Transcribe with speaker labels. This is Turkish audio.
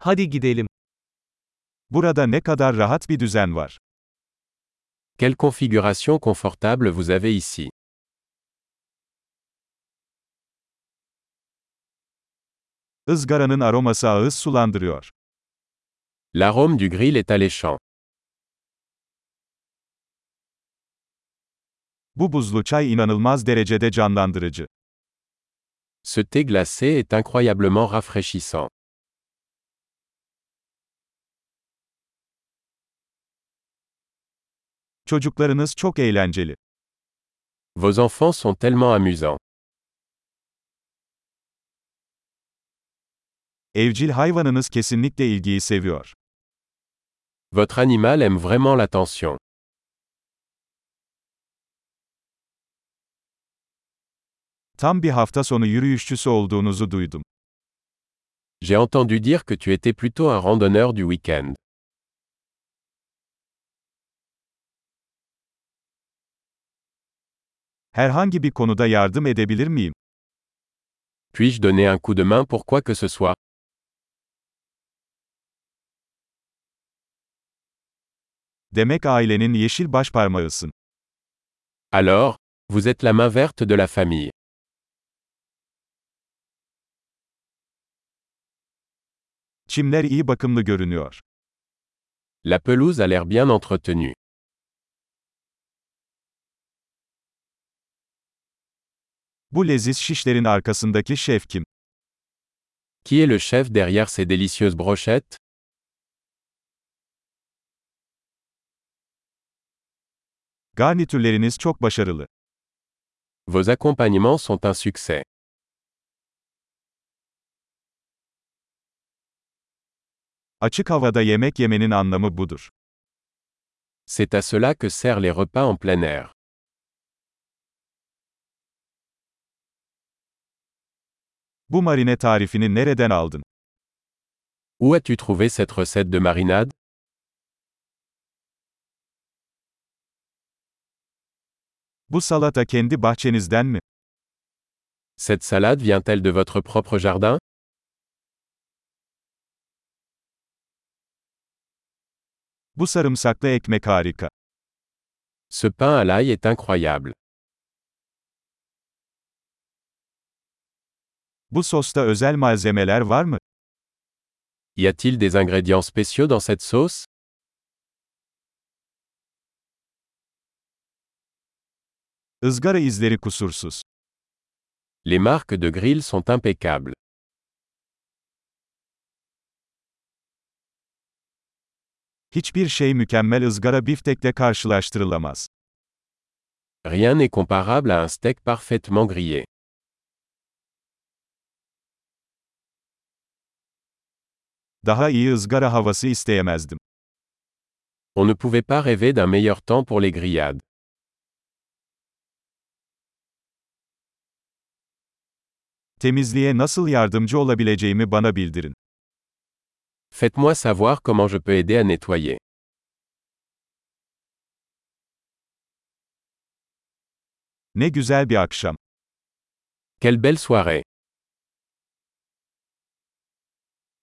Speaker 1: Hadi gidelim.
Speaker 2: Burada ne kadar rahat bir düzen var.
Speaker 3: Quelle configuration confortable vous avez ici.
Speaker 2: Izgaranın aroması ağız sulandırıyor.
Speaker 3: L'arôme du grill est alléchant.
Speaker 2: Bu buzlu çay inanılmaz derecede canlandırıcı.
Speaker 3: Ce thé glacé est incroyablement rafraîchissant.
Speaker 2: Çocuklarınız çok eğlenceli.
Speaker 3: Vos enfants sont tellement amusants.
Speaker 2: Evcil hayvanınız kesinlikle ilgiyi seviyor.
Speaker 3: Votre animal aime vraiment l'attention.
Speaker 2: Tam bir hafta sonu yürüyüşçüsü olduğunuzu duydum.
Speaker 3: J'ai entendu dire que tu étais plutôt un randonneur du week-end.
Speaker 2: Herhangi bir konuda yardım edebilir miyim?
Speaker 3: Puis-je donner un coup de main pour quoi que ce soit
Speaker 2: Demek ailenin yeşil başparmağısın.
Speaker 3: Alors, vous êtes la main verte de la famille.
Speaker 2: Çimler iyi bakımlı görünüyor.
Speaker 3: La pelouse a l'air bien entretenue.
Speaker 2: Bu leziz şişlerin arkasındaki şef kim?
Speaker 3: Qui est le chef derrière ces délicieuses brochettes
Speaker 2: Garnitürleriniz çok başarılı.
Speaker 3: Vos accompagnements sont un succès.
Speaker 2: Açık havada yemek yemenin anlamı budur.
Speaker 3: C'est à cela que servent les repas en plein air.
Speaker 2: Bu marine tarifini nereden aldın?
Speaker 3: Où as-tu trouvé cette recette de marinade
Speaker 2: Bu salata kendi bahçenizden mi?
Speaker 3: Cette salade vient-elle de votre propre jardin
Speaker 2: Bu sarımsaklı ekmek harika.
Speaker 3: Ce pain à l'ail est incroyable.
Speaker 2: Bu sosta özel malzemeler var mı?
Speaker 3: Y a-t-il des ingrédients spéciaux dans cette sauce
Speaker 2: Izgara izleri kusursuz.
Speaker 3: Les marques de grill sont impeccables.
Speaker 2: Hiçbir şey mükemmel ızgara biftekle karşılaştırılamaz.
Speaker 3: Rien n'est comparable à un steak parfaitement grillé.
Speaker 2: Daha iyi ızgara havası isteyemezdim.
Speaker 3: On ne pouvait pas rêver d'un meilleur temps pour les grillades.
Speaker 2: Temizliğe nasıl yardımcı olabileceğimi bana bildirin.
Speaker 3: Faites-moi savoir comment je peux aider à nettoyer.
Speaker 2: Ne güzel bir akşam.
Speaker 3: Quelle belle soirée